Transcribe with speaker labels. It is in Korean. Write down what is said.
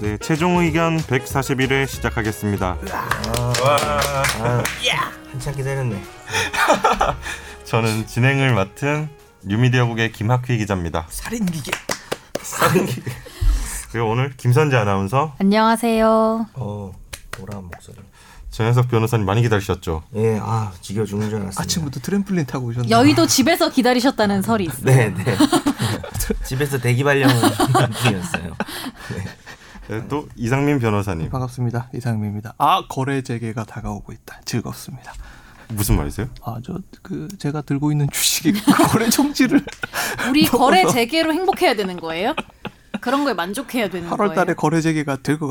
Speaker 1: 네, 최종 의견 141회 시작하겠습니다.
Speaker 2: 한참 기다렸네.
Speaker 1: 저는 진행을 맡은 뉴미디어국의 김학휘 기자입니다.
Speaker 2: 살인기계.
Speaker 1: 그리고 오늘 김선재 아나운서,
Speaker 3: 안녕하세요.
Speaker 2: 어, 보라한 목소리.
Speaker 1: 전현석 변호사님 많이 기다리셨죠?
Speaker 2: 예, 아 지겨 죽는 줄 알았습니다.
Speaker 4: 아침부터 트램플린 타고 오셨나요?
Speaker 3: 여의도 집에서 기다리셨다는 설이 있어요.
Speaker 2: 네, 네. 집에서 대기 발령을 중이었어요.
Speaker 1: 네, 또 이상민 변호사님
Speaker 4: 반갑습니다. 이상민입니다. 아 거래 재개가 다가오고 있다. 즐겁습니다.
Speaker 1: 무슨 말이세요?
Speaker 4: 아 저 그 제가 들고 있는 주식이 그 거래 총지를
Speaker 3: 우리 거래 재개로 행복해야 되는 거예요? 그런 거에 만족해야 되는 거예요?
Speaker 4: 8월달에 거래 재개가 될 것